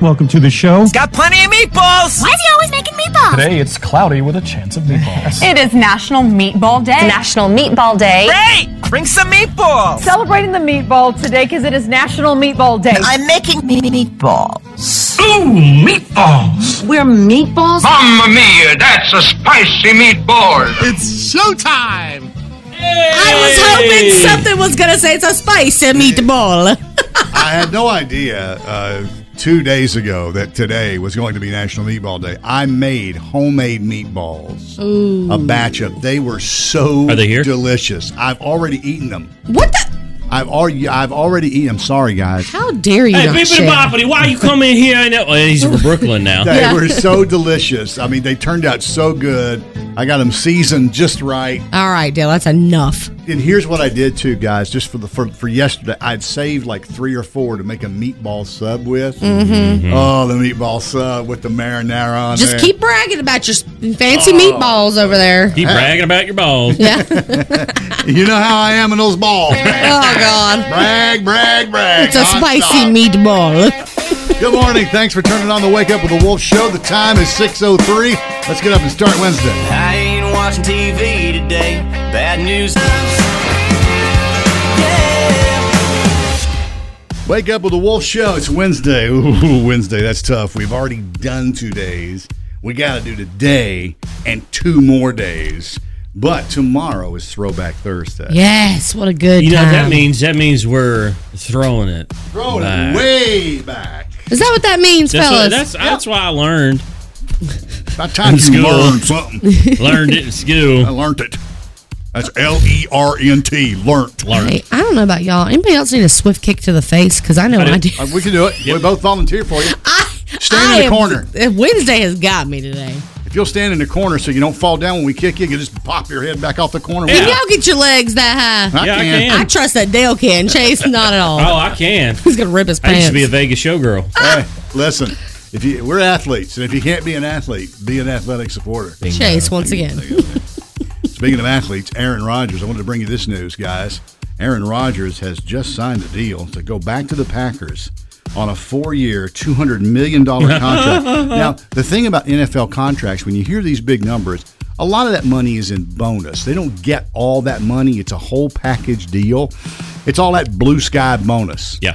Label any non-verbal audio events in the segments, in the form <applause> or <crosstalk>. Welcome to the show. Got plenty of meatballs. Why is he always making meatballs? Today it's cloudy with a chance of <laughs> meatballs. It is National Meatball Day. National Meatball Day. Great. Bring some meatballs. Celebrating the meatball today because it is National Meatball Day. I'm making me- meatballs. Ooh, meatballs! We're meatballs. Mamma mia, that's a spicy meatball! It's showtime! I was hoping something was gonna say it's a spicy meatball. I had no idea uh, two days ago that today was going to be National Meatball Day. I made homemade meatballs, a batch of. They were so Are they here? delicious. I've already eaten them. What the? I've already, I've already eaten. I'm sorry, guys. How dare you? Hey, not Bibbidi share? Boppity, why you come in here? And that, oh, he's from Brooklyn now. They were so delicious. I mean, they turned out so good. I got them seasoned just right. All right, Dale, that's enough. And here's what I did too, guys. Just for the for, for yesterday, I'd saved like three or four to make a meatball sub with. Mm-hmm. Oh, the meatball sub with the marinara on Just there. keep bragging about your s- Oh. fancy meatballs over there. Keep bragging about your balls. Yeah. oh Uh, <laughs> You know how I am in those <laughs> balls. <laughs> God, brag, brag, brag. it's a spicy Non-stop. meatball. Good morning. Thanks for turning on the Wake Up with the Wolf show. The time is 6.03. Let's get up and start Wednesday. I ain't watching TV today. Bad news. Wake Up with the Wolf show. It's Wednesday. Ooh, Wednesday. That's tough. We've already done two days. We got to do today and two more days. But tomorrow is Throwback Thursday. Yes, what a good You know what time. that means? That means we're throwing it. Throwing back. it way back. Is that what that means, That's, fellas? what, that's, that's why I learned. By the time Let's you go. learn something, <laughs> Learned it in school. I learned it. That's L E R N T, learnt. Learned. Hey, I don't know about y'all. Anybody else need a swift kick to the face? Because I know I, do. Uh, we can do it. We both volunteer for you. <laughs> I, Uh, Stand in the I am- <laughs> Eh, corner. Wednesday has got me today. If you'll stand in the corner so you don't fall down when we kick you, you just pop your head back off the corner. Yeah. Y'all get your legs that high. I Yeah, I can. can. I trust that Dale can. Chase, not at all. Oh, I can. <laughs> He's gonna rip his I pants. used to be a Vegas showgirl. Hey, listen, if you we're athletes, and if you can't be an athlete, be an athletic supporter. Chase once again. Speaking of athletes, Aaron Rodgers. I wanted to bring you this news, guys. Aaron Rodgers has just signed a deal to go back to the Packers on a four-year, two hundred million dollar <laughs> contract. now, the thing about NFL contracts, when you hear these big numbers, a lot of that money is in bonus. They don't get all that money. It's a whole package deal. It's all that blue sky bonus. Yeah.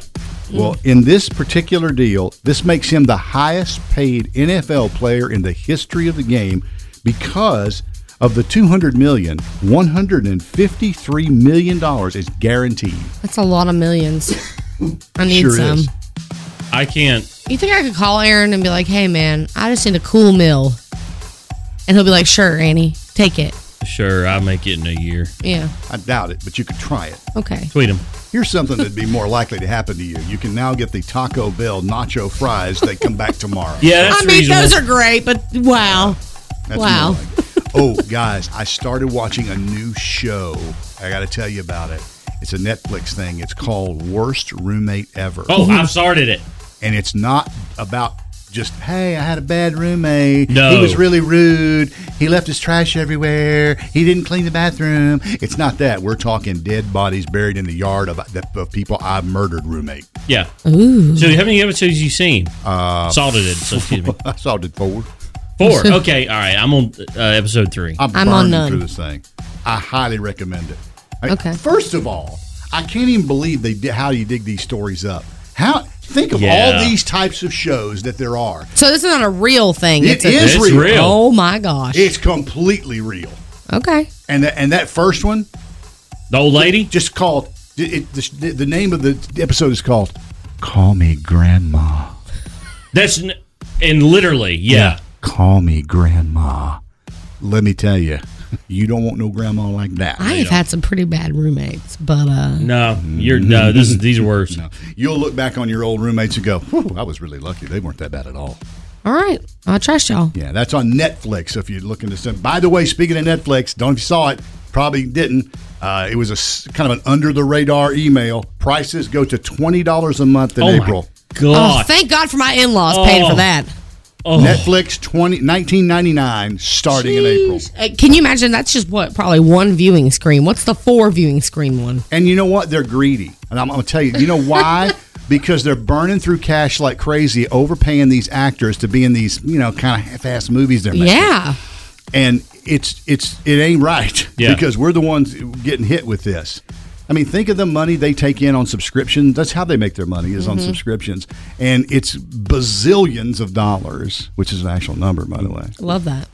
Well, in this particular deal, this makes him the highest paid NFL player in the history of the game because of the 200 million, 153 million dollars is guaranteed. That's a lot <laughs> of millions. I need Sure some. is. I can't. You think I could call Aaron and be like, "Hey, man, I just need a cool meal," and he'll be like, "Sure, Annie, take it." Sure, I'll make it in a year. Yeah. I doubt it, but you could try it. Okay. Tweet him. Here's something that'd be more likely to happen to you. You can now get the Taco Bell nacho fries. They come back <laughs> tomorrow. Yeah, that's I mean, reasonable. those are great, but wow. That's Wow. more like it. oh, <laughs> guys, I started watching a new show. I got to tell you about it. It's a Netflix thing. It's called Worst Roommate Ever. oh, I've started it. and it's not about just hey i had a bad roommate No. he was really rude he left his trash everywhere he didn't clean the bathroom it's not that we're talking dead bodies buried in the yard of, of people i murdered roommate <laughs> Yeah. So how many episodes have you seen? Uh, Salted it. So excuse <laughs> me. i saw it forward Four. Okay. All right. I'm on uh, episode three. i'm, I'm on burning none. through this thing i highly recommend it I- Okay. first of all i can't even believe they did how you dig these stories up how Think of Yeah. all these types of shows that there are. So this is not a real thing. It it's a, is It's real. real. Oh my gosh. It's completely real. Okay. And that, and that first one, the old lady, just called. It, it- the, the name of the episode is called "Call Me Grandma." That's n- and literally, yeah. Call me grandma. Let me tell you, you don't want no grandma like that. I have had some pretty bad roommates, but uh No, you're no. This is these are worse. You'll look back on your old roommates and go, "Whew, I was really lucky. They weren't that bad at all. all right. I'll trust y'all. Yeah, that's on Netflix if you're looking to send. By the way, speaking of Netflix, don't know if you saw it, probably didn't. Uh, it was a s- kind of an under the radar email. Prices go to $20 a month in Oh my April. Oh, thank God for my in laws paying for that. Oh. Netflix 20, 19.99 starting in April. Uh, can you imagine? That's just what probably one viewing screen. What's the four viewing screen one? And you know what? They're greedy. And I'm, I'm going to tell you, you know <laughs> why? because they're burning through cash like crazy, overpaying these actors to be in these, you know, kind of half-assed movies they're making. Yeah. And it's it's it ain't right Yeah. <laughs> because we're the ones getting hit with this. I mean, think of the money they take in on subscriptions. That's how they make their money is on Mhm. subscriptions, and it's bazillions of dollars, which is an actual number, by the way. Love that.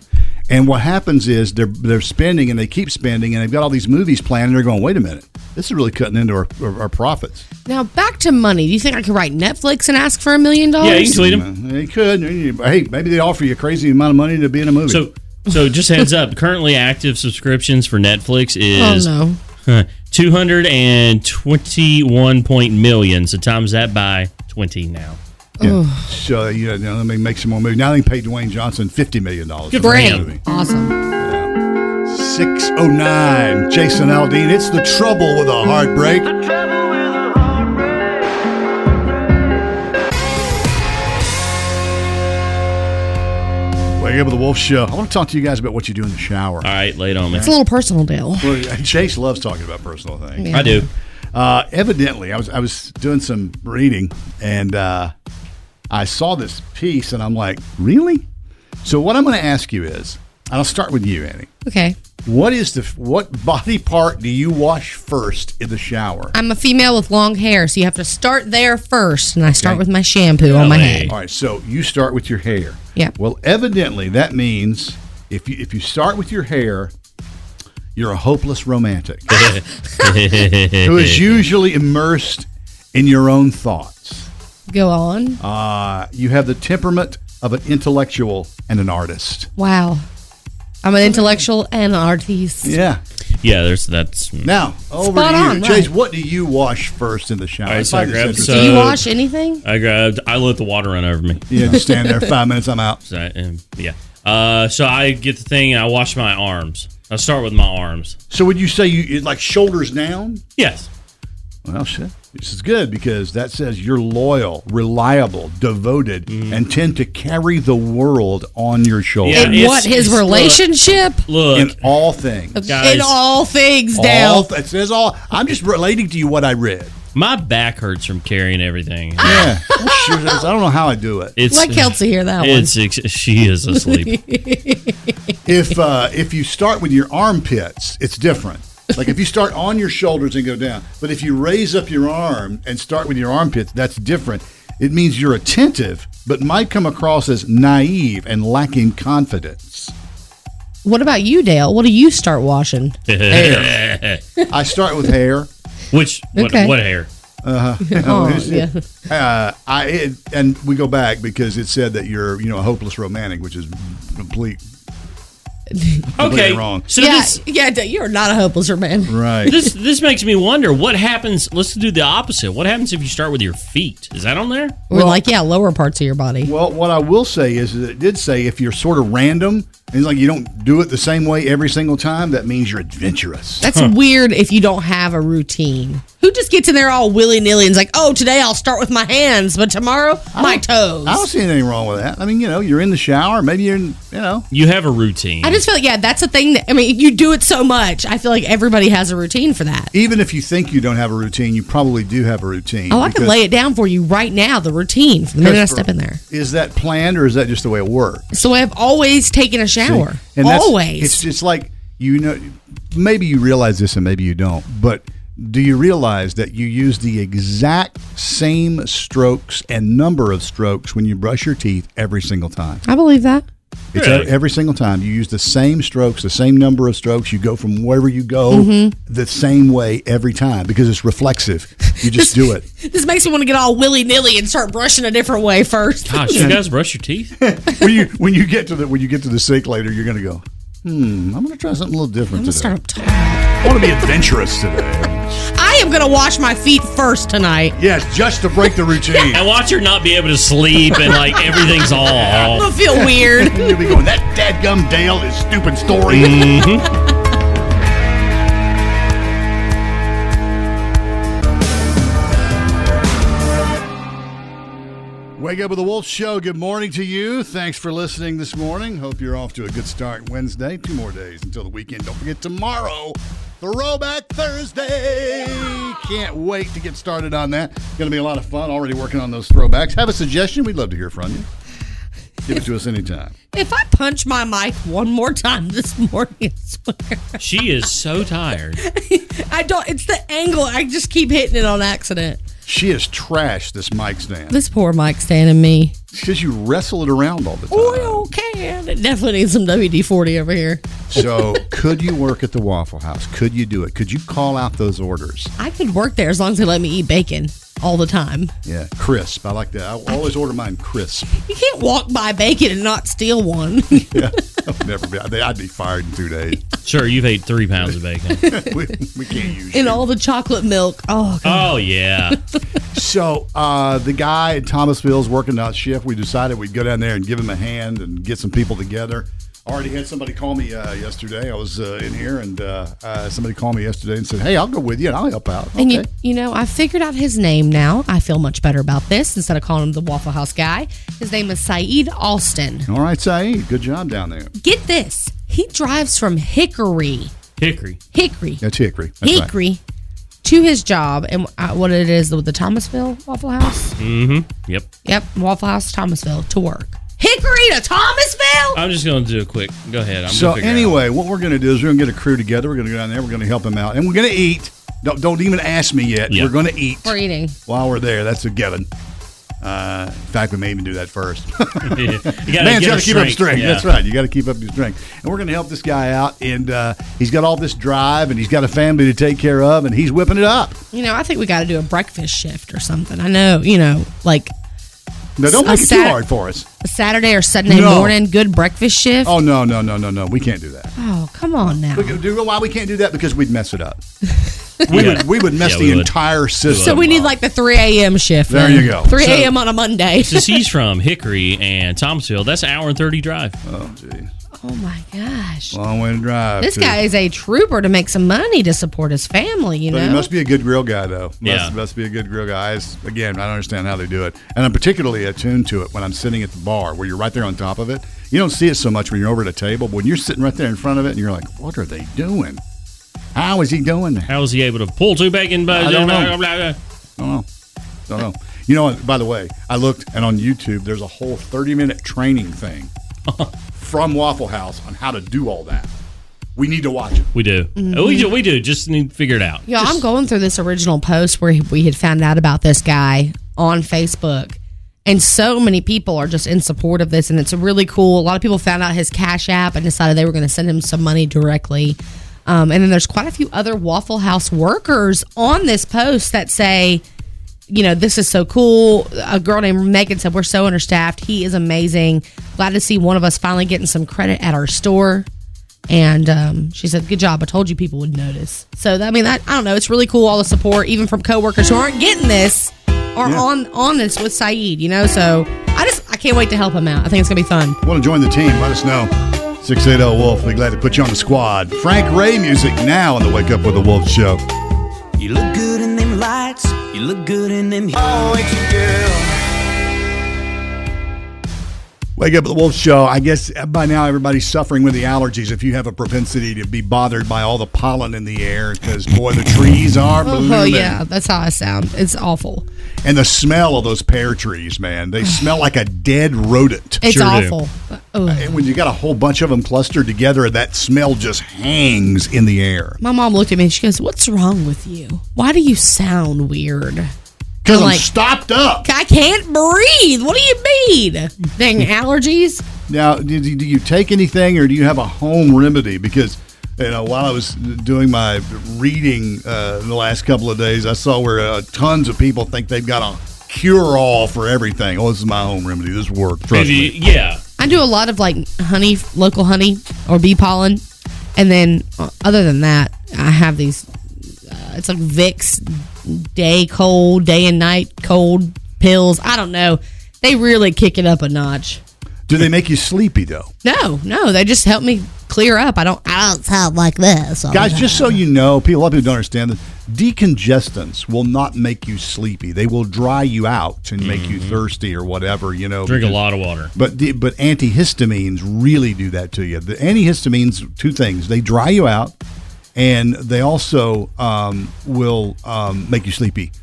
And what happens is they're they're spending and they keep spending and they've got all these movies planned and they're going, wait a minute, this is really cutting into our, our, our profits. Now back to money. Do you think I could write Netflix and ask for a million dollars? them. They could. Hey, maybe they offer you a crazy amount of money to be in a movie. So, so just heads up. Currently, active subscriptions for Netflix is uh, Oh, two hundred and twenty-one point million. So times that by twenty now. yeah. so you know, now let me make some more movies. Now they pay Dwayne Johnson fifty million dollars. Good for him. Awesome. Six oh nine. Jason Aldean. It's the trouble with a heartbreak. Wake up with the Wolf Show. I want to talk to you guys about what you do in the shower. All right, lay it on me. It's a little personal, Dale. Well, Chase loves talking about personal things. Yeah. I do. Uh, evidently, I was I was doing some reading and uh, I saw this piece and I'm like, really? So what I'm going to ask you is, and I'll start with you, Annie. Okay. What is the what body part do you wash first in the shower? I'm a female with long hair, so you have to start there first, and I start with my shampoo on my head. All right, so you start with your hair. Yeah. Well, evidently that means if you if you start with your hair, you're a hopeless <laughs> romantic who is usually immersed in your own thoughts. Go on. Uh, you have the temperament of an intellectual and an artist. Wow. I'm an intellectual and an artist. Yeah. Yeah, there's that's Now over Spot to you, on, right. Chase. What do you wash first in the shower? All right, I so I find this grabbed interesting. some- Do you wash anything? I grabbed. I let the water run over me. Yeah, just stand there five minutes. I'm out. So, um, yeah. Uh, so I get the thing and I wash my arms. I start with my arms. So would you say you like shoulders down? Yes. Well, shit. This is good because that says you're loyal, reliable, devoted, and tend to carry the world on your shoulders. Mm. Yeah, And what, his relationship? Look, in all things. guys, In all things, Dale. All, it says all. I'm just relating to you what I read. my back hurts from carrying everything. <laughs> Yeah. I'm sure it is. I don't know how I do it. It's Ah, Let Kelsey hear that one. It's ex- she is <laughs> asleep. If uh, if you start with your armpits, it's different. Like if you start on your shoulders and go down, but if you raise up your arm and start with your armpits, that's different. It means you're attentive, but might come across as naive and lacking confidence. What about you, Dale? What do you start washing? Hair. I start with hair. Which what, Okay. what hair? Oh, yeah. Uh, I it, and we go back because it said that you're you know a hopeless romantic, which is complete. completely Okay. wrong. So yeah, this yeah, Dale, you're not a hopeless man. Right. this this makes me wonder what happens. Let's do the opposite. What happens if you start with your feet? Is that on there? We're like, yeah, lower parts of your body. Well, what I will say is that it did say if you're sort of random and like you don't do it the same way every single time, that means you're adventurous. That's weird if you don't have a routine. Who just gets in there all willy nilly and's like, oh, today I'll start with my hands, but tomorrow my toes. I don't see anything wrong with that. I mean, you know, you're in the shower, maybe you're, in, you know, You have a routine. I just feel like, yeah, that's a thing that, I mean, you do it so much. I feel like everybody has a routine for that. even if you think you don't have a routine, you probably do have a routine. Oh, I could because- lay it down for you right now, the routine, from the minute I step in there. Is that planned or is that just the way it works? So I've always taken a shower. that's- always. It's it's like you know, maybe you realize this and maybe you don't, but Do you realize that you use the exact same strokes and number of strokes when you brush your teeth every single time? I believe that. It's Really? e- every single time you use the same strokes, the same number of strokes. You go from wherever you go Mhm. the same way every time because it's reflexive. You just do <laughs> it. This makes me want to get all willy nilly and start brushing a different way first. Gosh, you guys brush your teeth? when you when you get to the when you get to the sink later, you're gonna go. Hmm, I'm gonna try something a little different I'm gonna today. start up I want to be adventurous today. I am gonna wash my feet first tonight. yes, just to break the routine. And watch her not be able to sleep and <laughs> like everything's all I'm gonna off. feel weird. You'll be going. That dadgum Dale is stupid story. <laughs> Mhm. Wake up with the Wolf Show. Good morning to you. Thanks for listening this morning. Hope you're off to a good start Wednesday. Two more days until the weekend. Don't forget tomorrow, Throwback Thursday. Can't wait to get started on that. Going to be a lot of fun. Already working on those throwbacks. Have a suggestion? We'd love to hear from you. Give it to us anytime. If I punch my mic one more time this morning, I swear. She is so tired. I don't. It's the angle. I just keep hitting it on accident. She is trash. This mic stand. This poor mic standing me. Because you wrestle it around all the time. Oil can. It definitely needs some WD forty over here. So, could you work at the Waffle House? Could you do it? Could you call out those orders? I could work there as long as they let me eat bacon all the time. Yeah, crisp. I like that. I always order mine crisp. <laughs> You can't walk by bacon and not steal one. <laughs> Yeah, I've never been. I'd- I'd be fired in two days. <laughs> Sure, you've ate three pounds of bacon. <laughs> we, we can't use and you. all the chocolate milk. Oh, God. Oh yeah. So uh, the guy at Thomasville's working out shift. We decided we'd go down there and give him a hand and get some people together. Already had somebody call me uh, yesterday. I was uh, in here and uh, uh, somebody called me yesterday and said, "Hey, I'll go with you and I'll help out." And you, Oh, Okay. you know, I figured out his name now. I feel much better about this instead of calling him the Waffle House guy. His name is Saeed Austin. all right, Saeed, good job down there. Get this. He drives from Hickory, Hickory. Hickory, That's Hickory. That's right. Hickory to his job and uh, what it is with the Thomasville Waffle House. Mm-hmm. Yep. Yep, Waffle House Thomasville to work. Hickory to Thomasville? Uh, I'm just gonna do a quick go ahead. I'm So gonna figure anyway, what we're going to do is we're going to get a crew together. We're going to go down there. We're going to help him out, and we're going to eat. Don't, don't even ask me yet. Yeah. We're going to eat We're eating. while we're there. That's a given. Uh, in fact, we may even do that first. <laughs> out. <laughs> you gotta Man's get got her to keep up his strength. Yeah. That's right. You got to keep up his strength. And we're going to help this guy out. And uh, he's got all this drive, and he's got a family to take care of, and he's whipping it up. You know, I think we got to do a breakfast shift or something. I know, you know, like Now, don't I make it too sat- hard for us. a Saturday or Sunday No. morning, good breakfast shift. Oh no, no, no, no, no. We can't do that. Oh, come on now. We can do why we can't do that because we'd mess it up. <laughs> We Yeah. would we would mess Yeah, the we would. entire system. So we need up. like the 3 a.m. shift. There then. you go. 3 So- a.m. on a <laughs> Monday. Since he's from Hickory and Thomasville, that's an hour and thirty drive. Oh gee. oh my gosh. Long way to drive. This too. guy is a trooper to make some money to support his family, you But know? he must be a good grill guy, though. Must, Yeah. must be a good grill guy. I just- again, I don't understand how they do it, and I'm particularly attuned to it when I'm sitting at the bar, where you're right there on top of it. You don't see it so much when you're over at a table, but when you're sitting right there in front of it, and you're like, "What are they doing? How is he doing that? How was he able to pull two bacon I blah, don't know. blah, blah, blah. I don't know. Don't know." You know, what? by the way, I looked, and on YouTube, there's a whole 30 minute training thing from Waffle House on how to do all that. We need to watch it. We do. Mm-hmm. We do. We do. Just need to figure it out. Yo, I'm going through this original post where we had found out about this guy on Facebook. And so many people are just in support of this. And it's really cool. A lot of people found out his Cash App and decided they were going to send him some money directly. Um, and then there's quite a few other Waffle House workers on this post that say, you know, this is so cool. A girl named Megan said, We're so understaffed. He is amazing. Glad to see one of us finally getting some credit at our store. And um, she said, Good job. I told you people would notice. So, that, I mean, that, I don't know. It's really cool, all the support, even from coworkers who aren't getting this or Yeah. on, on this with Saeed, you know? So, I just, I can't wait to help him out. I think it's going to be fun. Want to join the team? Let us know. 680 Wolf. Be glad to put you on the squad. Frank Ray music now on the Wake Up with the Wolf show. You look good in them lights. You look good in them. Oh, it's your girl. Wake up at the Wolf Show. I guess by now everybody's suffering with the allergies. If you have a propensity to be bothered by all the pollen in the air, because boy, the trees are blooming. Oh, yeah, that's how I sound. It's awful. And the smell of those pear trees, man, they smell like a dead rodent. It's awful. oh. Ugh. And when you got a whole bunch of them clustered together, that smell just hangs in the air. My mom looked at me and she goes, What's wrong with you? Why do you sound weird? 'Cause I'm stopped up. I can't breathe. What do you mean? Dang allergies. Now, do, do do you take anything or do you have a home remedy? Because, you know, while I was doing my reading uh, the last couple of days, I saw where uh, tons of people think they've got a cure all for everything. Oh, this is my home remedy. This worked. Trust me. yeah. I do a lot of like honey, local honey or bee pollen. And then, uh, other than that, I have these uh, it's like Vicks day cold, day and night cold pills. I don't know. They really kick it up a notch. Do they make you sleepy, though? No, no, they just help me clear up. I don't I don't sound like this. all the Guys, time. just so you know, people, a lot of people don't understand this. Decongestants will not make you sleepy. They will dry you out and make you thirsty or whatever. You know, Mm-hmm. Drink a because- lot of water. But the, but antihistamines really do that to you. The antihistamines, two things: they dry you out, and they also um, will um, make you sleepy.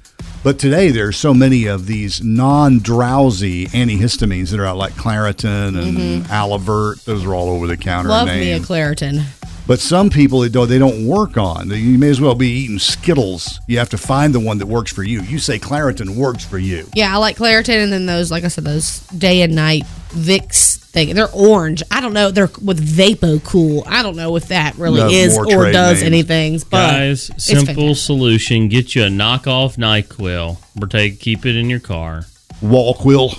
But today there are so many of these non-drowsy antihistamines that are out, like Claritin and Alivert. Those are all over the counter. Mm-hmm. Love names. me a Claritin. But some people it don't, they don't work on. You may as well be eating Skittles. You have to find the one that works for you. You say Claritin works for you. Yeah, I like Claritin, and then those, like I said, those day and night Vicks thing. They're orange. I don't know. They're with Vapo Cool. I don't know if that really No, is more or trade does names. anything. But Guys, it's simple fantastic. solution. Get you a knockoff NyQuil or take keep it in your car. <laughs> Wall quill.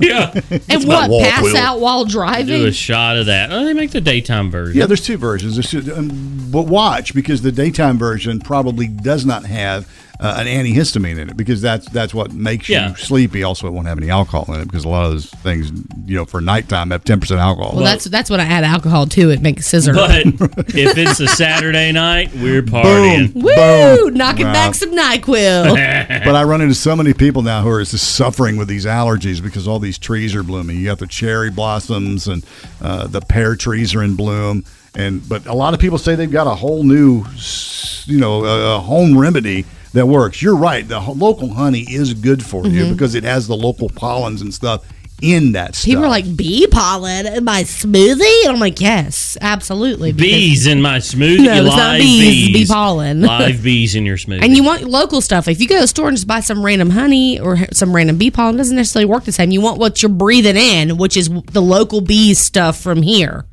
yeah. And what? Pass out while Do a driving? shot of that. Oh, they make the daytime version. Yeah, there's two versions. There's two, um, but watch because the daytime version probably does not have uh, an antihistamine in it because that's that's what makes Yeah. you sleepy. Also, it won't have any alcohol in it because a lot of those things, you know, for nighttime have 10% alcohol. Well, that's that's when I add alcohol to it. Make scissor. <laughs> But <laughs> if it's a Saturday night, we're partying. Woo! Knocking Wow. back some <laughs> Nyquil. <laughs> but I run into so many people now who are just suffering with these allergies because all these trees are blooming. You got the cherry blossoms and uh, the pear trees are in bloom, and but a lot of people say they've got a whole new, s- you know, uh, home remedy that works. You're right. The ho- local honey is good for you Mm-hmm. because it has the local pollens and stuff in that stuff. People are like bee pollen in my smoothie, and I'm like, yes, absolutely. because- Bees in my smoothie. No, it's live not bees, it's bee pollen. Live bees <laughs> in your smoothie. And you want local stuff. If you go to the store and just buy some random honey or h- some random bee pollen, it doesn't necessarily work the same. You want what you're breathing in, which is w- the local bee stuff from here,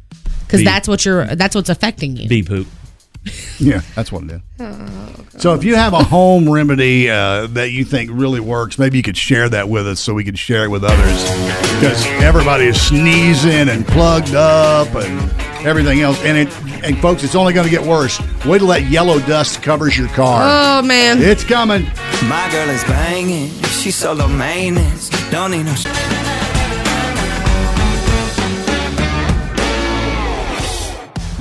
because Bee- that's what you're. That's what's affecting you. bee poop. Yeah, that's what it is. so if you have a home remedy uh, that you think really works, maybe you could share that with us so we could share it with others. Because everybody is sneezing and plugged up and everything else. And it, and folks, it's only going to get worse. Wait till that yellow dust covers your car. Oh man, It's coming. My girl is banging. She's so low maintenance. Don't need no. Sh-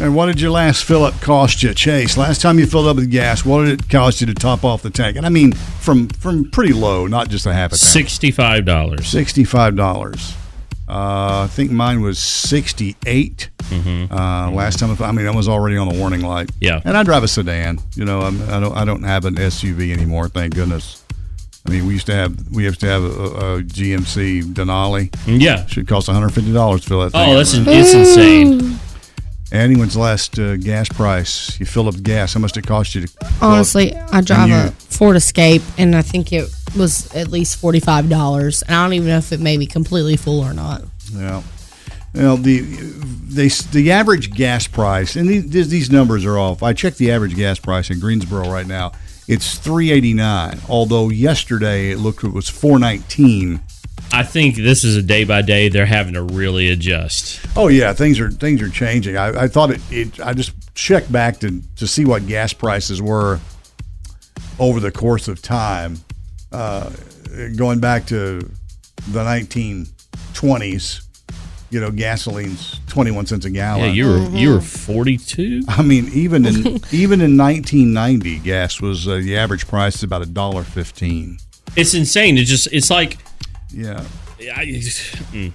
And what did your last fill up cost you, Chase? Last time you filled up with gas, what did it cost you to top off the tank? And I mean from from pretty low, not just a half a tank. Sixty-five dollars. Sixty-five dollars. Uh, I think mine was sixty-eight. Uh, last time, I mean, I was already on the warning light. Mm-hmm. Yeah. and I drive a sedan. You know, I'm, I don't, I don't have an SUV anymore. Thank goodness. I mean, we used to have, we used to have a, a GMC Denali. Yeah. Should cost one hundred fifty dollars to fill that. Thing Oh, that's up. in, it's insane. anyone's last uh, gas price. You fill up gas. How much did it cost you to? fill up? honestly, I drive And a you- Ford Escape, and I think it was at least forty five dollars, and I don't even know if it made me completely full or not. Yeah. Well, the they the average gas price, and these these numbers are off. I checked the average gas price in Greensboro right now. It's three eighty nine. Although yesterday it looked it was four nineteen. I think this is a day by day. They're having to really adjust. Oh yeah, things are things are changing. I, I thought it, it. I just checked back to to see what gas prices were over the course of time, uh, going back to the nineteen twenties. You know, gasoline's twenty one cents a gallon. Yeah, you were you were forty-two. I mean, even in even in 1990, gas was uh, the average price is about a dollar fifteen. It's insane. It's just it's like Yeah, I, mm.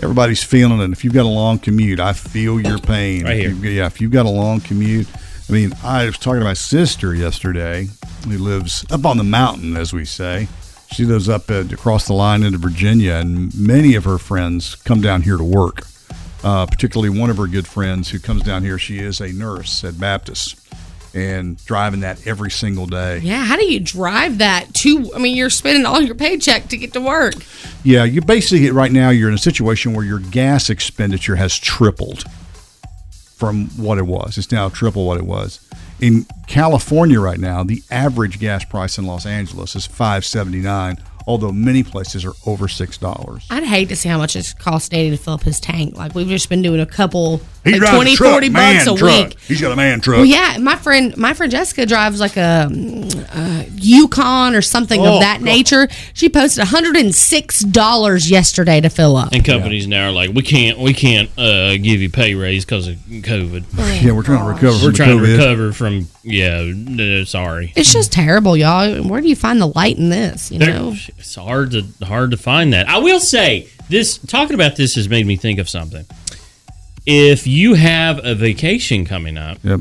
everybody's feeling it. If you've got a long commute, I feel your pain. Right here. If you've- yeah, if you've got a long commute, I mean, I was talking to my sister yesterday who lives up on the mountain, as we say. She lives up at, across the line into Virginia, and many of her friends come down here to work. Uh, particularly one of her good friends who comes down here. She is a nurse at Baptist and driving that every single day. Yeah, how do you drive that to? I mean, you're spending all your paycheck to get to work. Yeah, you basically right now you're in a situation where your gas expenditure has tripled from what it was. It's now triple what it was. In California right now, the average gas price in Los Angeles is 5.79, although many places are over $6. I'd hate to see how much it's cost Danny to fill up his tank. Like we've just been doing a couple, He like drives 20, a truck, 40 man bucks a truck. week. He's got a man truck. Well, yeah, my friend, my friend Jessica drives like a, mm, uh Yukon or something Oh, of that God. nature. She posted one hundred and six dollars yesterday to fill up. And companies now are like, we can't, we can't uh, give you pay raise because of COVID. Yeah, we're trying to recover We're from trying to COVID. recover from. Yeah, no, sorry. It's just terrible, y'all. Where do you find the light in this? You There- know, It's hard to hard to find that. I will say this. Talking about this has made me think of something. If you have a vacation coming up, yep.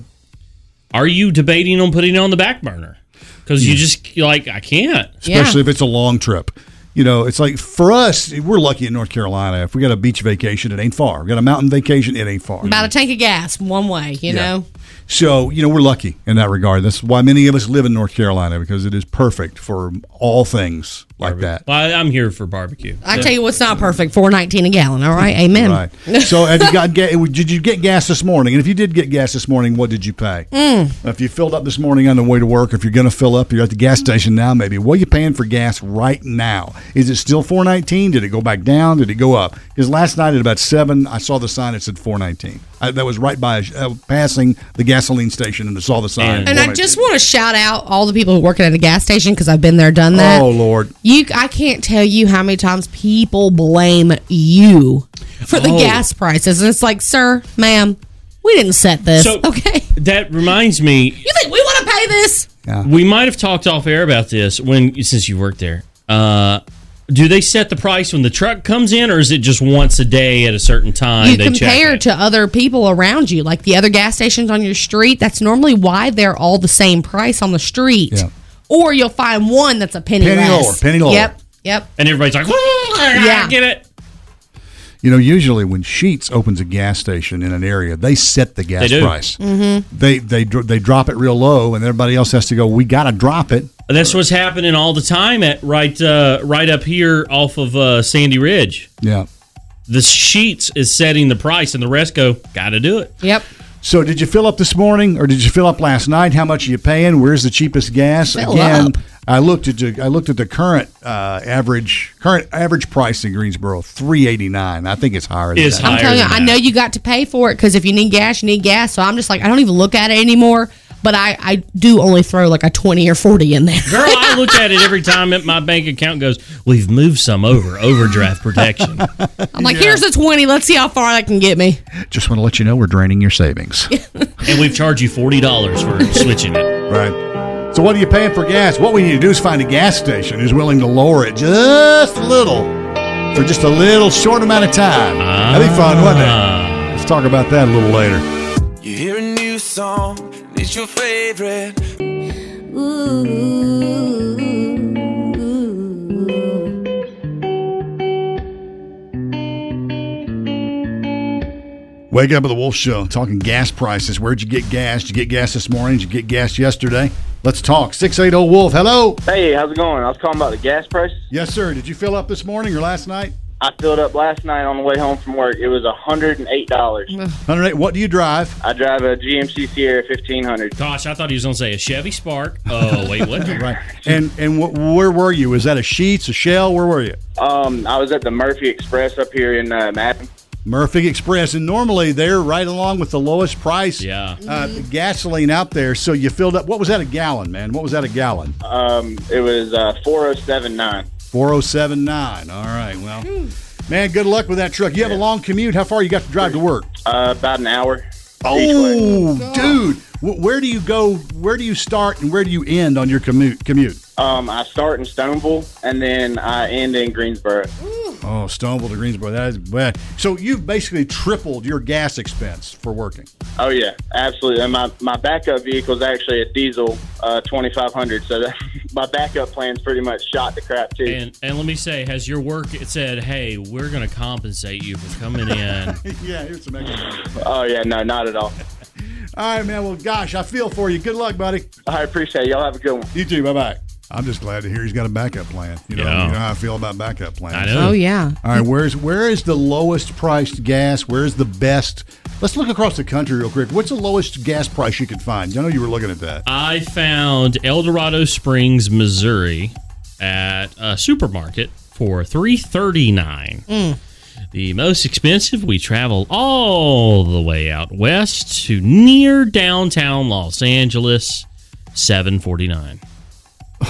are you debating on putting it on the back burner? Because you just you're like I can't. especially if it's a long trip. You know, it's like for us, we're lucky in North Carolina. If we got a beach vacation, it ain't far. We got a mountain vacation, it ain't far. about a tank of gas one way. Yeah. You know, So, you know, we're lucky in that regard. That's why many of us live in North Carolina because it is perfect for all things like that. Well, I- I'm here for barbecue. I tell you what's not perfect: four nineteen a gallon. All right, amen. Right. So, have you got ga- <laughs> did you get gas this morning? And if you did get gas this morning, what did you pay? Mm. If you filled up this morning on the way to work, if you're going to fill up, you're at the gas Mm. station now. Maybe what are you paying for gas right now? Is it still four nineteen? Did it go back down? Did it go up? Because last night at about seven, I saw the sign. It said four nineteen. That was right by uh, passing the gasoline station, and I saw the sign. And I 419. just want to shout out all the people who working at a gas station because I've been there, done that. oh Lord. You, I can't tell you how many times people blame you for the Oh. gas prices, and it's like, sir, ma'am, we didn't set this. So- okay, That reminds me. you think we want to pay this? We might have talked off air about this when since you worked there. Uh, do they set the price when the truck comes in, or is it just once a day at a certain time? you they check. compare to other people around you, like the other gas stations on your street. That's normally why they're all the same price on the street. Yeah. Or you'll find one that's a penny, Penny less. lower, penny lower. Yep, yep. And everybody's like, yeah, get it. You know, usually when Sheets opens a gas station in an area, they set the gas They do. price. Mhm. Mm-hmm. They they dr- they drop it real low, and everybody else has to go. We got to drop it. That's what's happening all the time at right uh, right up here off of uh, Sandy Ridge. Yeah. The sheets is setting the price, and the rest go got to do it. Yep. So, did you fill up this morning, or did you fill up last night? How much are you paying? Where's the cheapest gas? Fill Again, up. I looked at the, I looked at the current uh, average current average price in Greensboro three eighty nine. I think it's higher. Than It's that. I'm telling you, I know you got to pay for it because if you need gas, you need gas. So I'm just like, I don't even look at it anymore. But I, I do only throw like a twenty or forty in there. Girl, I look at it every time that my bank account goes. We've moved some over overdraft protection. I'm like, here's a twenty. Let's see how far that can get me. Just want to let you know we're draining your savings. and we've charged you forty dollars for switching it. Right. So what are you paying for gas? What we need to do is find a gas station who's willing to lower it just a little for just a little short amount of time. That'd be fun, wouldn't Ah. Uh, it? Let's talk about that a little later. You hear a new song, and it's your favorite. Wake up with the Wolf Show, talking gas prices. Where'd you get gas? Did you get gas this morning? Did you get gas yesterday? Let's talk. 680 Wolf, hello. Hey, how's it going? I was calling about the gas price. Yes, sir. Did you fill up this morning or last night? I filled up last night on the way home from work. It was hundred and eight dollars. 108, what do you drive? I drive a GMC Sierra fifteen hundred. Gosh, I thought he was going to say a Chevy Spark. Oh wait, what? right. And and wh- where were you? Was that a Sheets, a Shell? Where were you? Um, I was at the Murphy Express up here in uh, Madden. Murphy Express, and normally they're right along with the lowest price. Yeah. Uh, gasoline out there. So you filled up. What was that a gallon, man? What was that a gallon? Um, it was uh, four oh seven nine. Four oh seven nine. All right. Well, man, good luck with that truck. You have a long commute. How far you got to drive to work? Uh, about an hour. Oh, dude. Wh- Where do you go? Where do you start and where do you end on your commute? Commute. Um, I start in Stoneville and then I end in Greensboro. Oh, Stoneville to Greensboro. That is bad. So you've basically tripled your gas expense for working. Oh yeah, absolutely. And my, my backup vehicle is actually a diesel uh, 2500, so that, <laughs> my backup plan's pretty much shot to crap too. And and let me say, has your work it said, hey, we're going to compensate you for coming in? yeah, here's some extra. money. oh yeah, no, not at all. <laughs> All right, man. Well, gosh, I feel for you. Good luck, buddy. I appreciate it. Y'all have a good one. You too. Bye bye. I'm just glad to hear he's got a backup plan. You know, Yeah. you know how I feel about backup plans. I know. Oh, yeah. All right, where's where is the lowest priced gas? Where's the best? Let's look across the country real quick. What's the lowest gas price you could find? I know you were looking at that. I found El Dorado Springs, Missouri, at a supermarket for three thirty nine. The most expensive. We traveled all the way out west to near downtown Los Angeles, seven forty nine.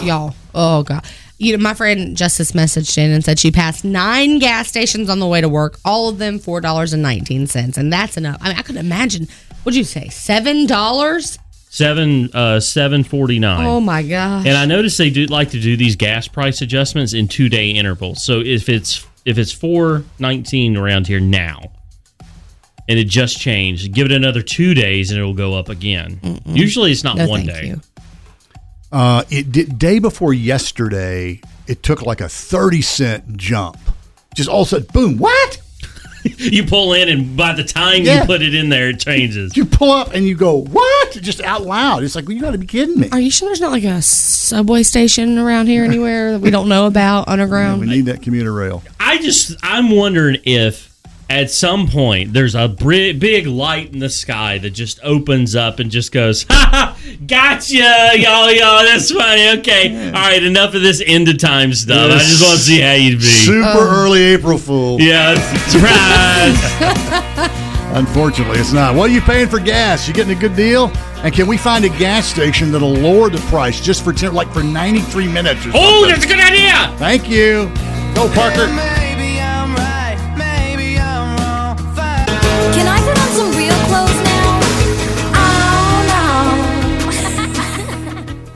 y'all. Oh god. You know, my friend Justice messaged in and said she passed nine gas stations on the way to work, all of them four dollars and nineteen cents, and that's enough. I mean, I could imagine. What'd you say? Seven dollars? Seven uh seven forty nine. Oh my gosh. And I noticed they do like to do these gas price adjustments in two day intervals. So if it's if it's four nineteen around here now, and it just changed, give it another two days and it'll go up again. Usually it's not No, one day. thank Uh, it did day before yesterday. It took like a thirty cent jump. Just all of a sudden, boom! What? You pull in, and by the time Yeah. you put it in there, it changes. You pull up and you go, what? Just out loud. It's like, well, you got to be kidding me. Are you sure there's not like a subway station around here anywhere that we don't know about We underground? need that commuter rail. I just I'm wondering if at some point there's a bri- big light in the sky that just opens up and just goes, <laughs> ha, ha, gotcha, y'all, y'all. That's funny. Okay, all right, enough of this end of time stuff. I just want to see how you'd be. Super Oh. early April Fool. Yeah, <laughs> surprise. Unfortunately, it's not. What are you paying for gas? You getting a good deal? And can we find a gas station that'll lower the price just for ten, like for ninety three minutes? Or Oh, something? that's a good idea. Thank you. Go Parker. Can I put on some real clothes now?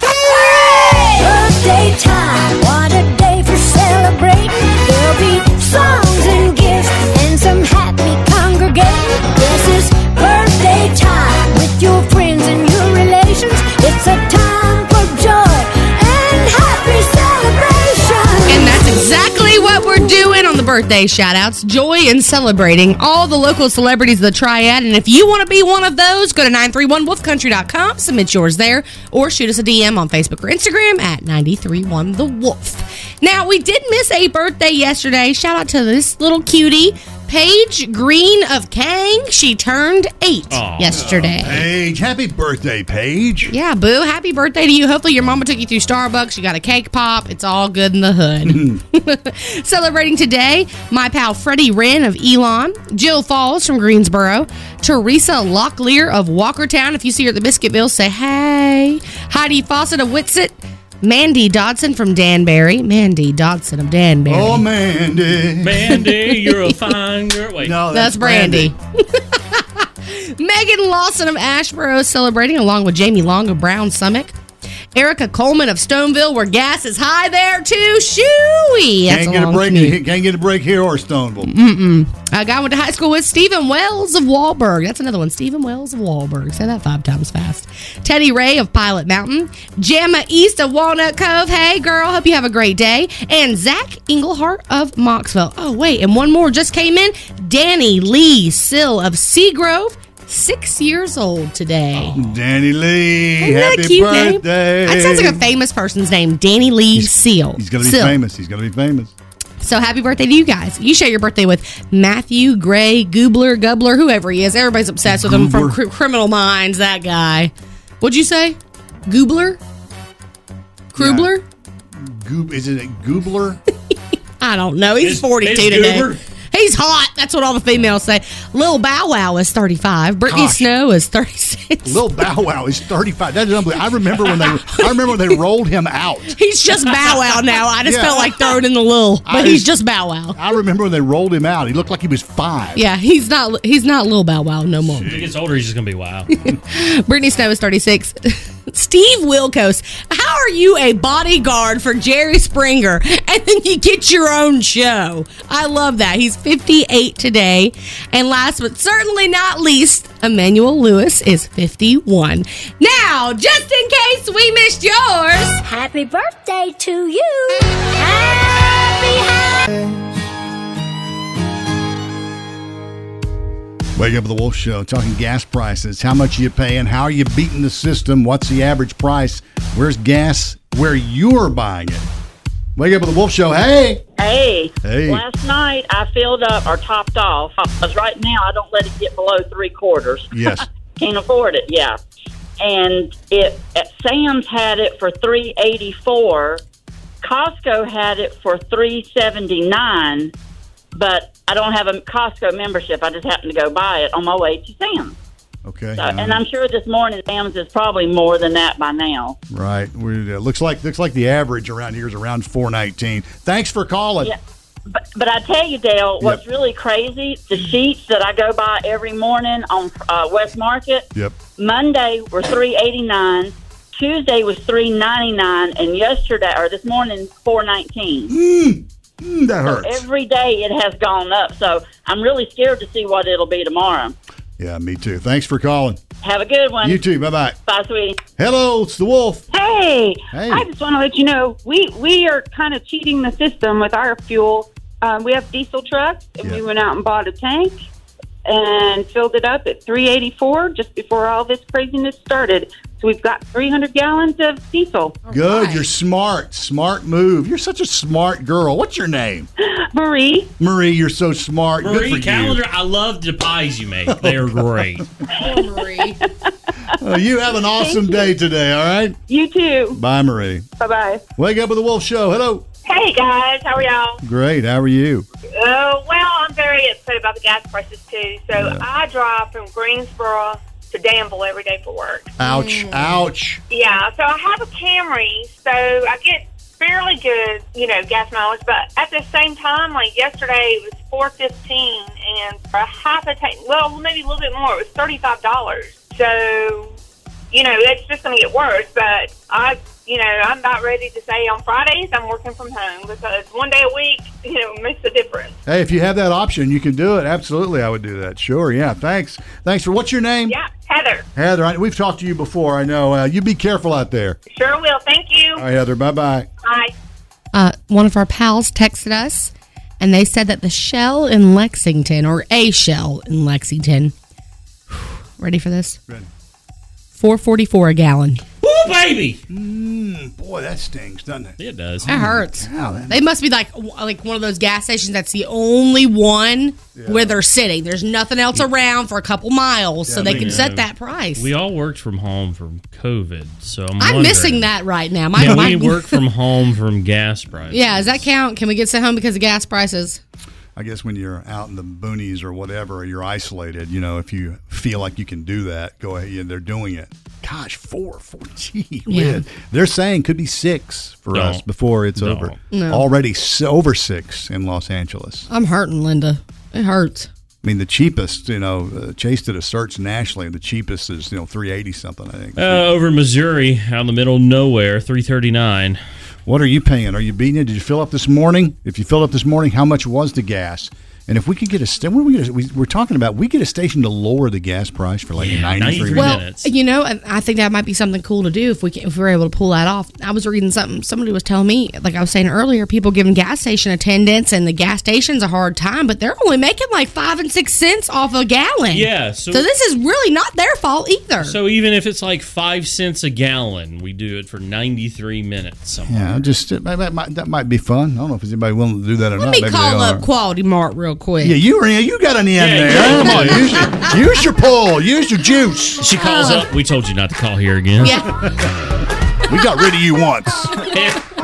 Oh, <laughs> Birthday time, what a day for celebrating. There'll be songs and gifts and some happy congregating. This is birthday time with your friends and your relations. It's a time for joy and happy celebration. And that's exactly what we're doing on the birthday shout outs. Joy and celebrating all the local celebrities of the triad. And if you want to be one of those, go to 931wolfcountry.com, submit yours there, or shoot us a DM on Facebook or Instagram at 931thewolf. Now, we did miss a birthday yesterday. Shout out to this little cutie, Paige Green of Kang. She turned eight yesterday. Paige, happy birthday, Paige. Yeah, boo. Happy birthday to you. Hopefully, your mama took you through Starbucks. You got a cake pop. It's all good in the hood. <laughs> Celebrating today, my pal Freddie Wren of Elon, Jill Falls from Greensboro, Teresa Locklear of Walkertown. If you see her at the Biscuitville, say hey. Heidi Fawcett of Witsit, Mandy Dodson from Danbury. Mandy Dodson of Danbury. Oh, Mandy. Mandy, <laughs> you're a fine girl. Wait, no, That's Brandy. Megan Lawson of Ashboro is celebrating, along with Jamie Long of Brown Summit. Erica Coleman of Stoneville, where gas is high there too. Shooey. That's Can't get a long break. commute. Here, can't get a break here or Stoneville. Mm-mm. A guy went to high school with Stephen Wells of Wahlberg. That's another one. Stephen Wells of Wahlberg. Say that five times fast. Teddy Ray of Pilot Mountain. Gemma East of Walnut Cove. Hey, girl. Hope you have a great day. And Zach Englehart of Moxville. Oh, wait. And one more just came in. Danny Lee Sill of Seagrove. Six years old today. Oh, Danny Lee, Isn't that a happy cute name? birthday. That sounds like a famous person's name, Danny Lee Seal. He's gonna be Sill. famous. He's gonna be famous. So happy birthday to you guys. You share your birthday with Matthew Gray, Goobler, Gubbler, whoever he is. Everybody's obsessed with him from Goobler. cr- Criminal Minds, that guy. What'd you say? Goobler? Krubler? Goob, is it a Goobler? I don't know. He's Is- 42 is today. Goober- He's hot. That's what all the females say. Lil Bow Wow is 35. Britney Gosh. Snow is 36. Lil Bow Wow is 35. That is unbelievable. I remember when they I remember when they rolled him out. <laughs> He's just Bow Wow now. I <laughs> just Yeah. felt like throwing in the Lil, but I- he's just Bow Wow. I remember when they rolled him out. He looked like he was five. Yeah, he's not. He's not Lil Bow Wow no more. When he gets older, he's just gonna be wow. Brittany Snow is 36. <laughs> Steve Wilkos, how are you a bodyguard for Jerry Springer and then you get your own show? I love that. He's 58 today. And last but certainly not least, Emmanuel Lewis is 51. Now, just in case we missed yours, happy birthday to you. Happy, happy. Wake up with the Wolf Show, talking gas prices. How much are you paying? How are you beating the system? What's the average price? Where's gas where you're buying it? Wake up with the Wolf Show. Hey, Hey. Hey. Last night I filled up or topped off because right now I don't let it get below three quarters. Yes. <laughs> Can't afford it. Yeah. And it at Sam's had it for three eighty four. Costco had it for three seventy nine, but I don't have a Costco membership. I just happened to go buy it on my way to Sam's. okay. So, and I'm sure this morning Sam's is probably more than that by now. right. We, uh, looks like looks like the average around here is around four nineteen. Thanks for calling. Yeah. But, but I tell you, Dale, what's Yep. really crazy, the sheets that I go by every morning on uh, West Market, Yep. Monday were three eighty nine, Tuesday was three ninety nine, and yesterday or this morning four nineteen. Mm, that So hurts. every day it has gone up. So I'm really scared to see what it'll be tomorrow. yeah, me too. Thanks for calling. Have a good one. You too. Bye bye. Bye, sweetie. Hello, it's the Wolf. Hey, Hey. I just want to let you know we we are kind of cheating the system with our fuel. Um, we have diesel trucks, and we went out and bought a tank and filled it up at 384 just before all this craziness started. So we've got 300 gallons of diesel. Good. You're smart. Smart move. You're such a smart girl. What's your name? Marie. Marie, you're so smart. Good for Marie you. Calendar, I love the pies you make. <laughs> They are great. Oh, you <laughs> have an awesome day today, all right? You too. Bye, Marie. Bye bye. Wake up with the Wolf Show. Hello. Hey guys, how are y'all? Great. How are you? Oh, well, I'm very upset about the gas prices too. So I drive from Greensboro to Danville every day for work. Ouch. Ouch. Yeah, so I have a Camry, so I get fairly good, you know, gas mileage. But at the same time, like yesterday, it was four fifteen, and for a half a tank, well, maybe a little bit more. It was thirty five dollars. So, you know, it's just going to get worse. But I, you know, I'm about ready to say on Fridays I'm working from home because one day a week, you know, makes a difference. Hey, if you have that option, you can do it. Absolutely, I would do that. Sure. Yeah. Thanks. Thanks for what's your name? Yeah, Heather, Heather, I, we've talked to you before. I know. Uh, you be careful out there. sure will. Thank you. All right, Heather. Bye bye. Bye. uh, one of our pals texted us and they said that the shell in Lexington, or a shell in Lexington, <sighs> ready for this? Ready. 444 a gallon. Woo, baby. Mm, boy, that stings, doesn't it? It does. That hurts. Wow, that- They must be like like one of those gas stations that's the only one where they're sitting. There's nothing else around for a couple miles, so Yeah, they we can know. set that price. We all worked from home from COVID, so I'm, I'm wondering- missing that right now. My, yeah, my- we work from home from gas price. <laughs> yeah, does that count? Can we get sent home because of gas prices? I guess when you're out in the boonies or whatever, or you're isolated. You know, if you feel like you can do that, go ahead. Yeah, they're doing it. Gosh, four, <laughs> fourteen. Man, They're saying could be six for Don't. us before it's over. No. Already s over six in Los Angeles. I'm hurting, Linda. It hurts. I mean, the cheapest. You know, uh, Chase did a search nationally, and the cheapest is you know three eighty something. I think. Uh, over in Missouri, out in the middle of nowhere, three thirty nine. What are you paying? Are you beating it? Did you fill up this morning? If you filled up this morning, how much was the gas? And if we could get a sta- what are we, gonna, we we're talking about we get a station to lower the gas price for like ninety three well, you know, and I think that might be something cool to do if we can, if we're able to pull that off. I was reading something. Somebody was telling me, like I was saying earlier, people giving gas station attendants and the gas stations a hard time, but they're only making like five and six cents off a gallon. Yeah, so- this is really not their fault either. So even if it's like five cents a gallon, we do it for ninety three minutes. Somewhere. Yeah, just that might, that might, that might be fun. I don't know if there's anybody willing to do that or Let not. me Maybe call they up are. Quality Mart real quick. Yeah, you ran. You got an end Yeah, there. yeah. Come on, use your, use your pull. Use your juice. She calls up. We told you not to call here again. Yeah. We got rid of you once.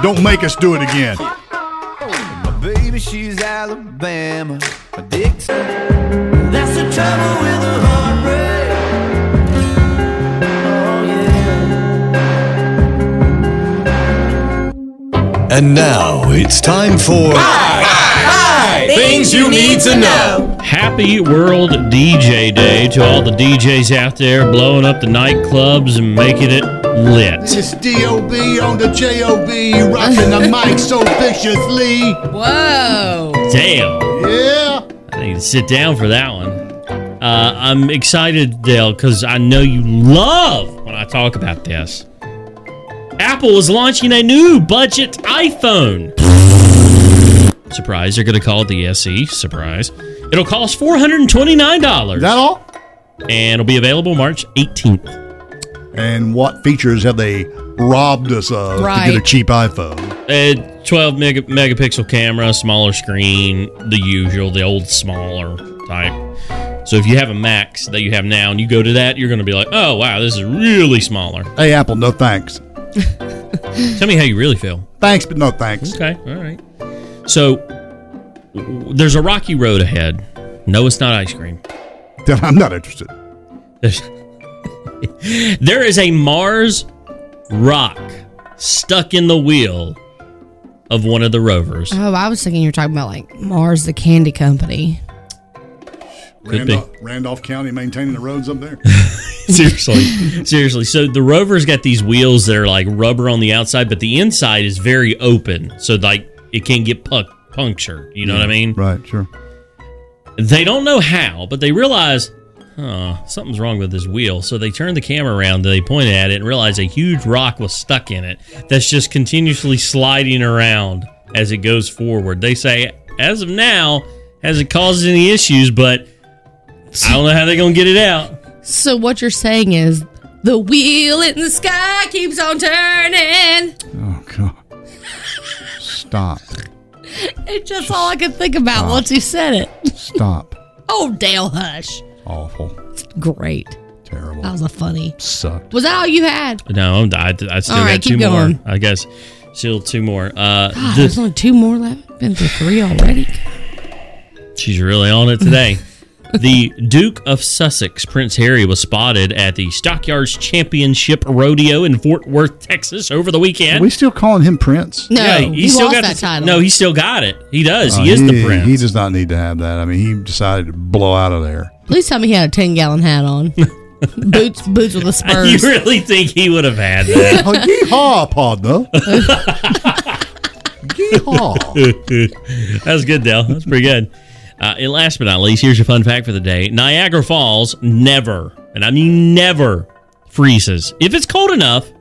don't make us do it again. My baby, she's Alabama. My dick's. That's the trouble with a heartbreak. Oh, And now it's time for Things you need to know. Happy World DJ Day to all the DJs out there blowing up the nightclubs and making it lit. It's D.O.B. on the J.O.B. Rocking the mic so viciously. Whoa. <laughs> Damn. Yeah. I need to sit down for that one. Uh, I'm excited, Dale, because I know you love when I talk about this. Apple is launching a new budget iPhone. Surprise, they're going to call it the SE. Surprise. It'll cost $429. That all? And it'll be available March 18th. And what features have they robbed us of to get a Right. cheap iPhone? A 12 mega, megapixel camera, smaller screen, the usual, the old smaller type. So if you have a max that you have now and you go to that, you're going to be like, oh, wow, this is really smaller. Hey, Apple, no thanks. Tell me how you really feel. Thanks, but no <laughs> thanks. Okay, all right. So w- w- there's a rocky road ahead. No, it's not ice cream. I'm not interested. There's, <laughs> there is a Mars rock stuck in the wheel of one of the rovers. Oh, I was thinking you were talking about like Mars the Candy Company. Could Randolph, Randolph County maintaining the roads up <laughs> there? seriously seriously so the rover's got these wheels that are like rubber on the outside but the inside is very open so like it can get puck punctured you know what i mean Mm-hmm. Right, sure. they don't know how but they realize huh something's wrong with this wheel so they turn the camera around they point at it and realize a huge rock was stuck in it that's just continuously sliding around as it goes forward they say as of now hasn't caused any issues but i don't know how they're gonna get it out So what you're saying is the wheel in the sky keeps on turning. Oh, God. Stop. It's just all I could think about once you said it. Stop. Oh, Dale Hush. Awful. Great. Terrible. That was a funny. Sucked. Was that all you had? No, I, I still All right, got two keep going. more. I guess still two more. Uh, God, the- there's only two more left. Been through three already. she's really on it <laughs> today. the Duke of Sussex, Prince Harry, was spotted at the Stockyards Championship Rodeo in Fort Worth, Texas, over the Are weekend. we still calling him Prince? No, Yeah, he lost got that the- title. No, he still got it. He does. Uh, he is the prince. He does not need to have that. I mean, he decided to blow out of there. Please tell me he had a ten gallon <laughs> hat on. boots, boots with the <laughs> You spurs. really think he would have had <laughs> that? oh, yeehaw, partner. that was good, Dale. <laughs> That's pretty good. Uh, and last but not least, here's your fun fact for the day: Niagara Falls never, and I mean never, freezes. If it's cold enough,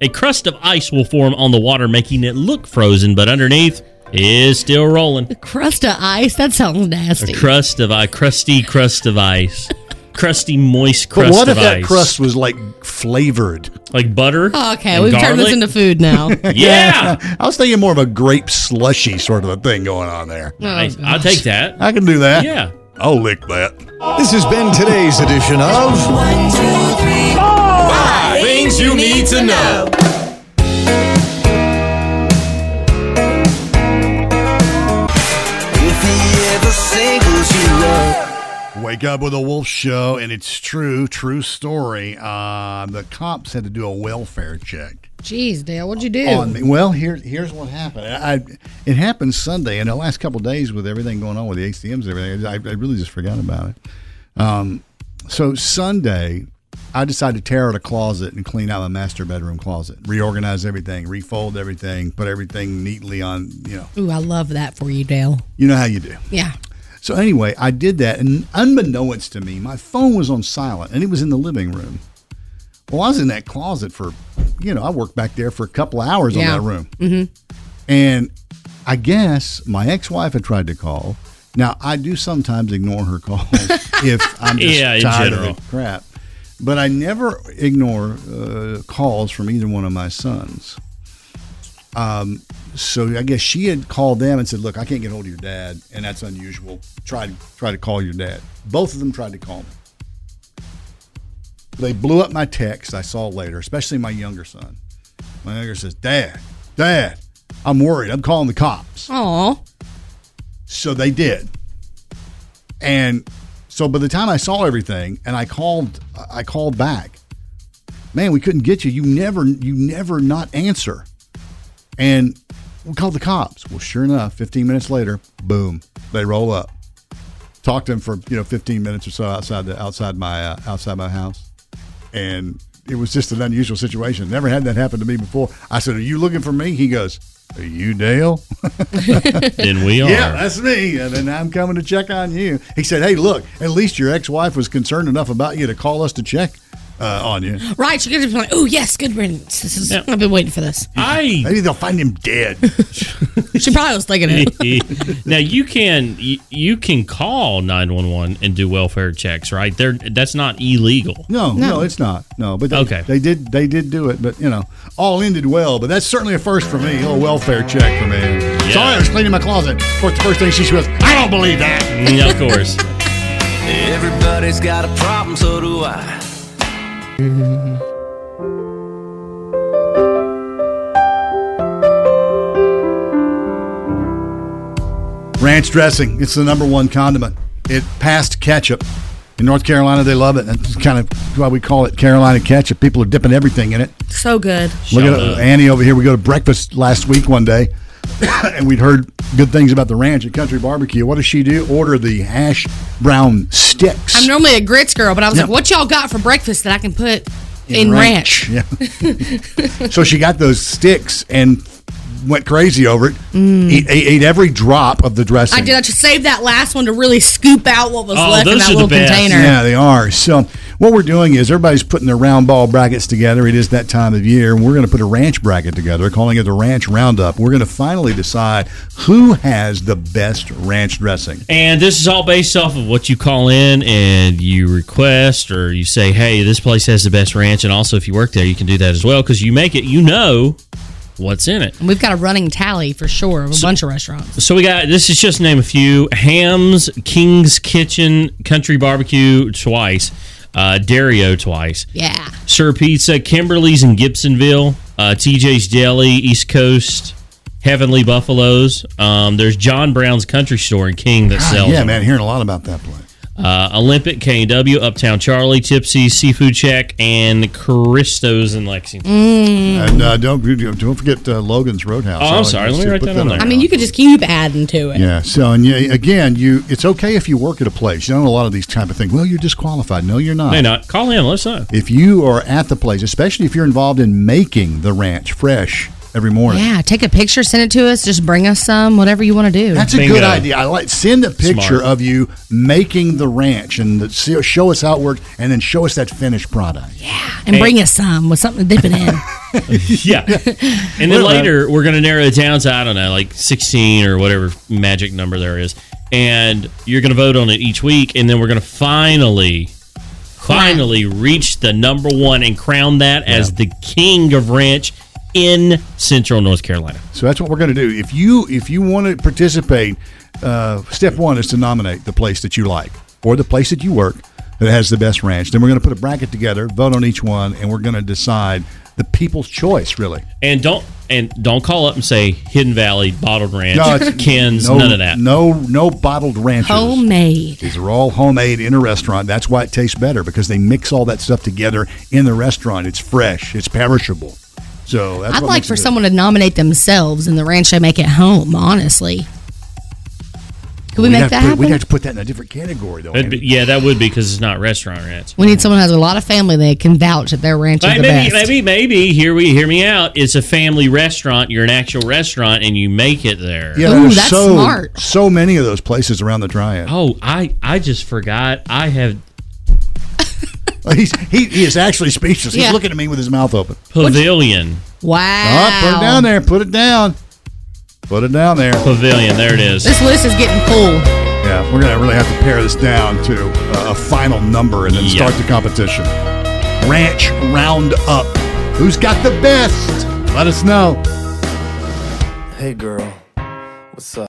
a crust of ice will form on the water, making it look frozen, but underneath is still rolling. Crust of ice. That sounds nasty. A crust of ice, crusty crust of ice, crusty moist crust But what if of that ice, crust was like flavored? like butter. Oh, okay, and we've turned this garlic? into <laughs> food now. <laughs> Yeah. <laughs> I was thinking more of a grape slushy sort of a thing going on there. Oh. Nice. I'll take that. I can do that. <laughs> Yeah. I'll lick that. This has been today's edition of Five things you need to know. If he ever singles you up. Wake Up with a Wolf show, and it's true, true story. Uh, the cops had to do a welfare check. Jeez, Dale, what'd you do? Oh, on me. Well, here, here's what happened. I, I- it happened Sunday, and the last couple of days with everything going on with the ACMs and everything, I, I really just forgot about it. Um, so Sunday, I decided to tear out a closet and clean out my master bedroom closet, reorganize everything, refold everything, put everything neatly on. You know, Ooh, I love that for you, Dale. you know how you do. Yeah. So anyway, I did that, and unbeknownst to me, my phone was on silent, and it was in the living room. Well, I was in that closet for, you know, I worked back there for a couple of hours yeah. on that room, Mm-hmm. and I guess my ex-wife had tried to call. Now I do sometimes ignore her calls <laughs> if I'm just Yeah, in tired general. of the crap, but I never ignore uh, calls from either one of my sons. Um, so I guess she had called them and said, "Look, I can't get hold of your dad, and that's unusual. Try to try to call your dad." Both of them tried to call me. They blew up my text. I saw later, especially my younger son. My younger says, "Dad, Dad, I'm worried. I'm calling the cops." Aw. So they did, and so by the time I saw everything and I called, I called back. Man, we couldn't get you. You never, you never not answer, and we called the cops. Well, sure enough, 15 minutes later, boom, they roll up. Talked to him for you know 15 minutes or so outside the outside my uh, outside my house, and it was just an unusual situation. Never had that happen to me before. I said, "Are you looking for me?" He goes, "Are you Dale?" Then we are. Yeah, that's me, and then I'm coming to check on you. He said, "Hey, look, at least your ex-wife was concerned enough about you to call us to check uh, on you." Right, she could have been like, oh, yes, good riddance. This is, I've been waiting for this. I maybe they'll find him <laughs> dead. she probably was thinking <laughs> it. now you can you, you can call 911 and do welfare checks, right? There that's not illegal. No, no, it's not. No, but they, okay. they did they did do it, but you know, all ended well. But that's certainly a first for me. A little welfare check for me. Sorry, I was cleaning my closet. Of course, the first thing she goes, I don't believe that. Mm, Yeah, of course. Everybody's got a problem, so do I. Ranch dressing. It's the number one condiment. It passed ketchup. In North Carolina, they love it. That's kind of why we call it Carolina ketchup. People are dipping everything in it. So good. Look at Annie over here. We go to breakfast last week one day, <coughs> and we'd heard good things about the ranch at Country Barbecue. What does she do? Order the hash brown sticks. I'm normally a grits girl, but I was Yeah. like, what y'all got for breakfast that I can put in, ranch? <laughs> Yeah. so she got those sticks and went crazy over it. Eat, ate, ate every drop of the dressing. Mm. I did. I just saved that last one to really scoop out what was Oh, left in that little container. Yeah, they are. So what we're doing is everybody's putting their round ball brackets together. It is that time of year, and we're going to put a ranch bracket together, calling it the Ranch Roundup. We're going to finally decide who has the best ranch dressing. And this is all based off of what you call in and you request or you say, hey, this place has the best ranch. And also, if you work there, you can do that as well because you make it, you know what's in it. And we've got a running tally for sure of a bunch of restaurants. So we got this is just to name a few Hams, King's Kitchen, Country Barbecue twice, uh, Dario twice, Yeah. Sir Pizza, Kimberly's in Gibsonville, uh, TJ's Deli, East Coast, Heavenly Buffaloes. Um, there's John Brown's Country Store in King that Ah, sells. yeah, them. man, hearing a lot about that place. Uh, Olympic, KW, Uptown Charlie, Tipsy, Seafood Check, and Christo's in Lexington. Mm. Mm. And uh, don't don't forget uh, Logan's Roadhouse. Oh, I'm I like sorry. to Let me see- write put that on there. I Oh. mean, you could just keep adding to it. Yeah. So, and yeah, again, you it's okay if you work at a place. You know, a lot of these type of things. Well, you're disqualified. No, you're not. No, not. Call in. Let us know. If you are at the place, especially if you're involved in making the ranch fresh every morning. Yeah. Take a picture, send it to us. Just bring us some, whatever you want to do. That's a good idea. I like send a picture Smart. of you making the ranch and the, see- show us how it works, and then show us that finished product. And bring us some with something to dip it <laughs> in. yeah. And uh, then later, we're going to narrow it down to, I don't know, like 16 or whatever magic number there is. And you're going to vote on it each week. And then we're going to finally, finally reach the number one and crown that as the king of ranch in Central North Carolina. So that's what we're going to do. If you if you want to participate, uh, step one is to nominate the place that you like or the place that you work that has the best ranch. Then we're going to put a bracket together, vote on each one, and we're going to decide the people's choice. Really, And don't. And don't call up and say Hidden Valley, Bottled Ranch, it's- Ken's, no- none of that. No, no bottled ranches. Homemade. These are all homemade in a restaurant. That's why it tastes better because they mix all that stuff together in the restaurant. It's fresh. It's perishable. So that's I'd what like makes it for good. someone to nominate themselves in the ranch they make at home, honestly. Could we We'd make have to that put- happen? We'd have to put that in a different category, though. That'd be- yeah, that would be because it's not restaurant ranch. We need someone who has a lot of family that can vouch that their ranch is Hey, the maybe, best. maybe, maybe. Here we hear me out. It's a family restaurant. You're an actual restaurant, and you make it there. Yeah, Ooh, there's that's so, smart. So many of those places around the Triad. Oh, I I just forgot. I have He's, he, he is actually speechless. Yeah. He's looking at me with his mouth open. pavilion. Wow. Ah, put it down there. Put it down. Put it down there. Pavilion. There it is. This list is getting full. Yeah, we're gonna really have to pare this down to a, a final number and then Yeah. start the competition. Ranch Roundup. Who's got the best? Let us know. Hey, girl. What's up?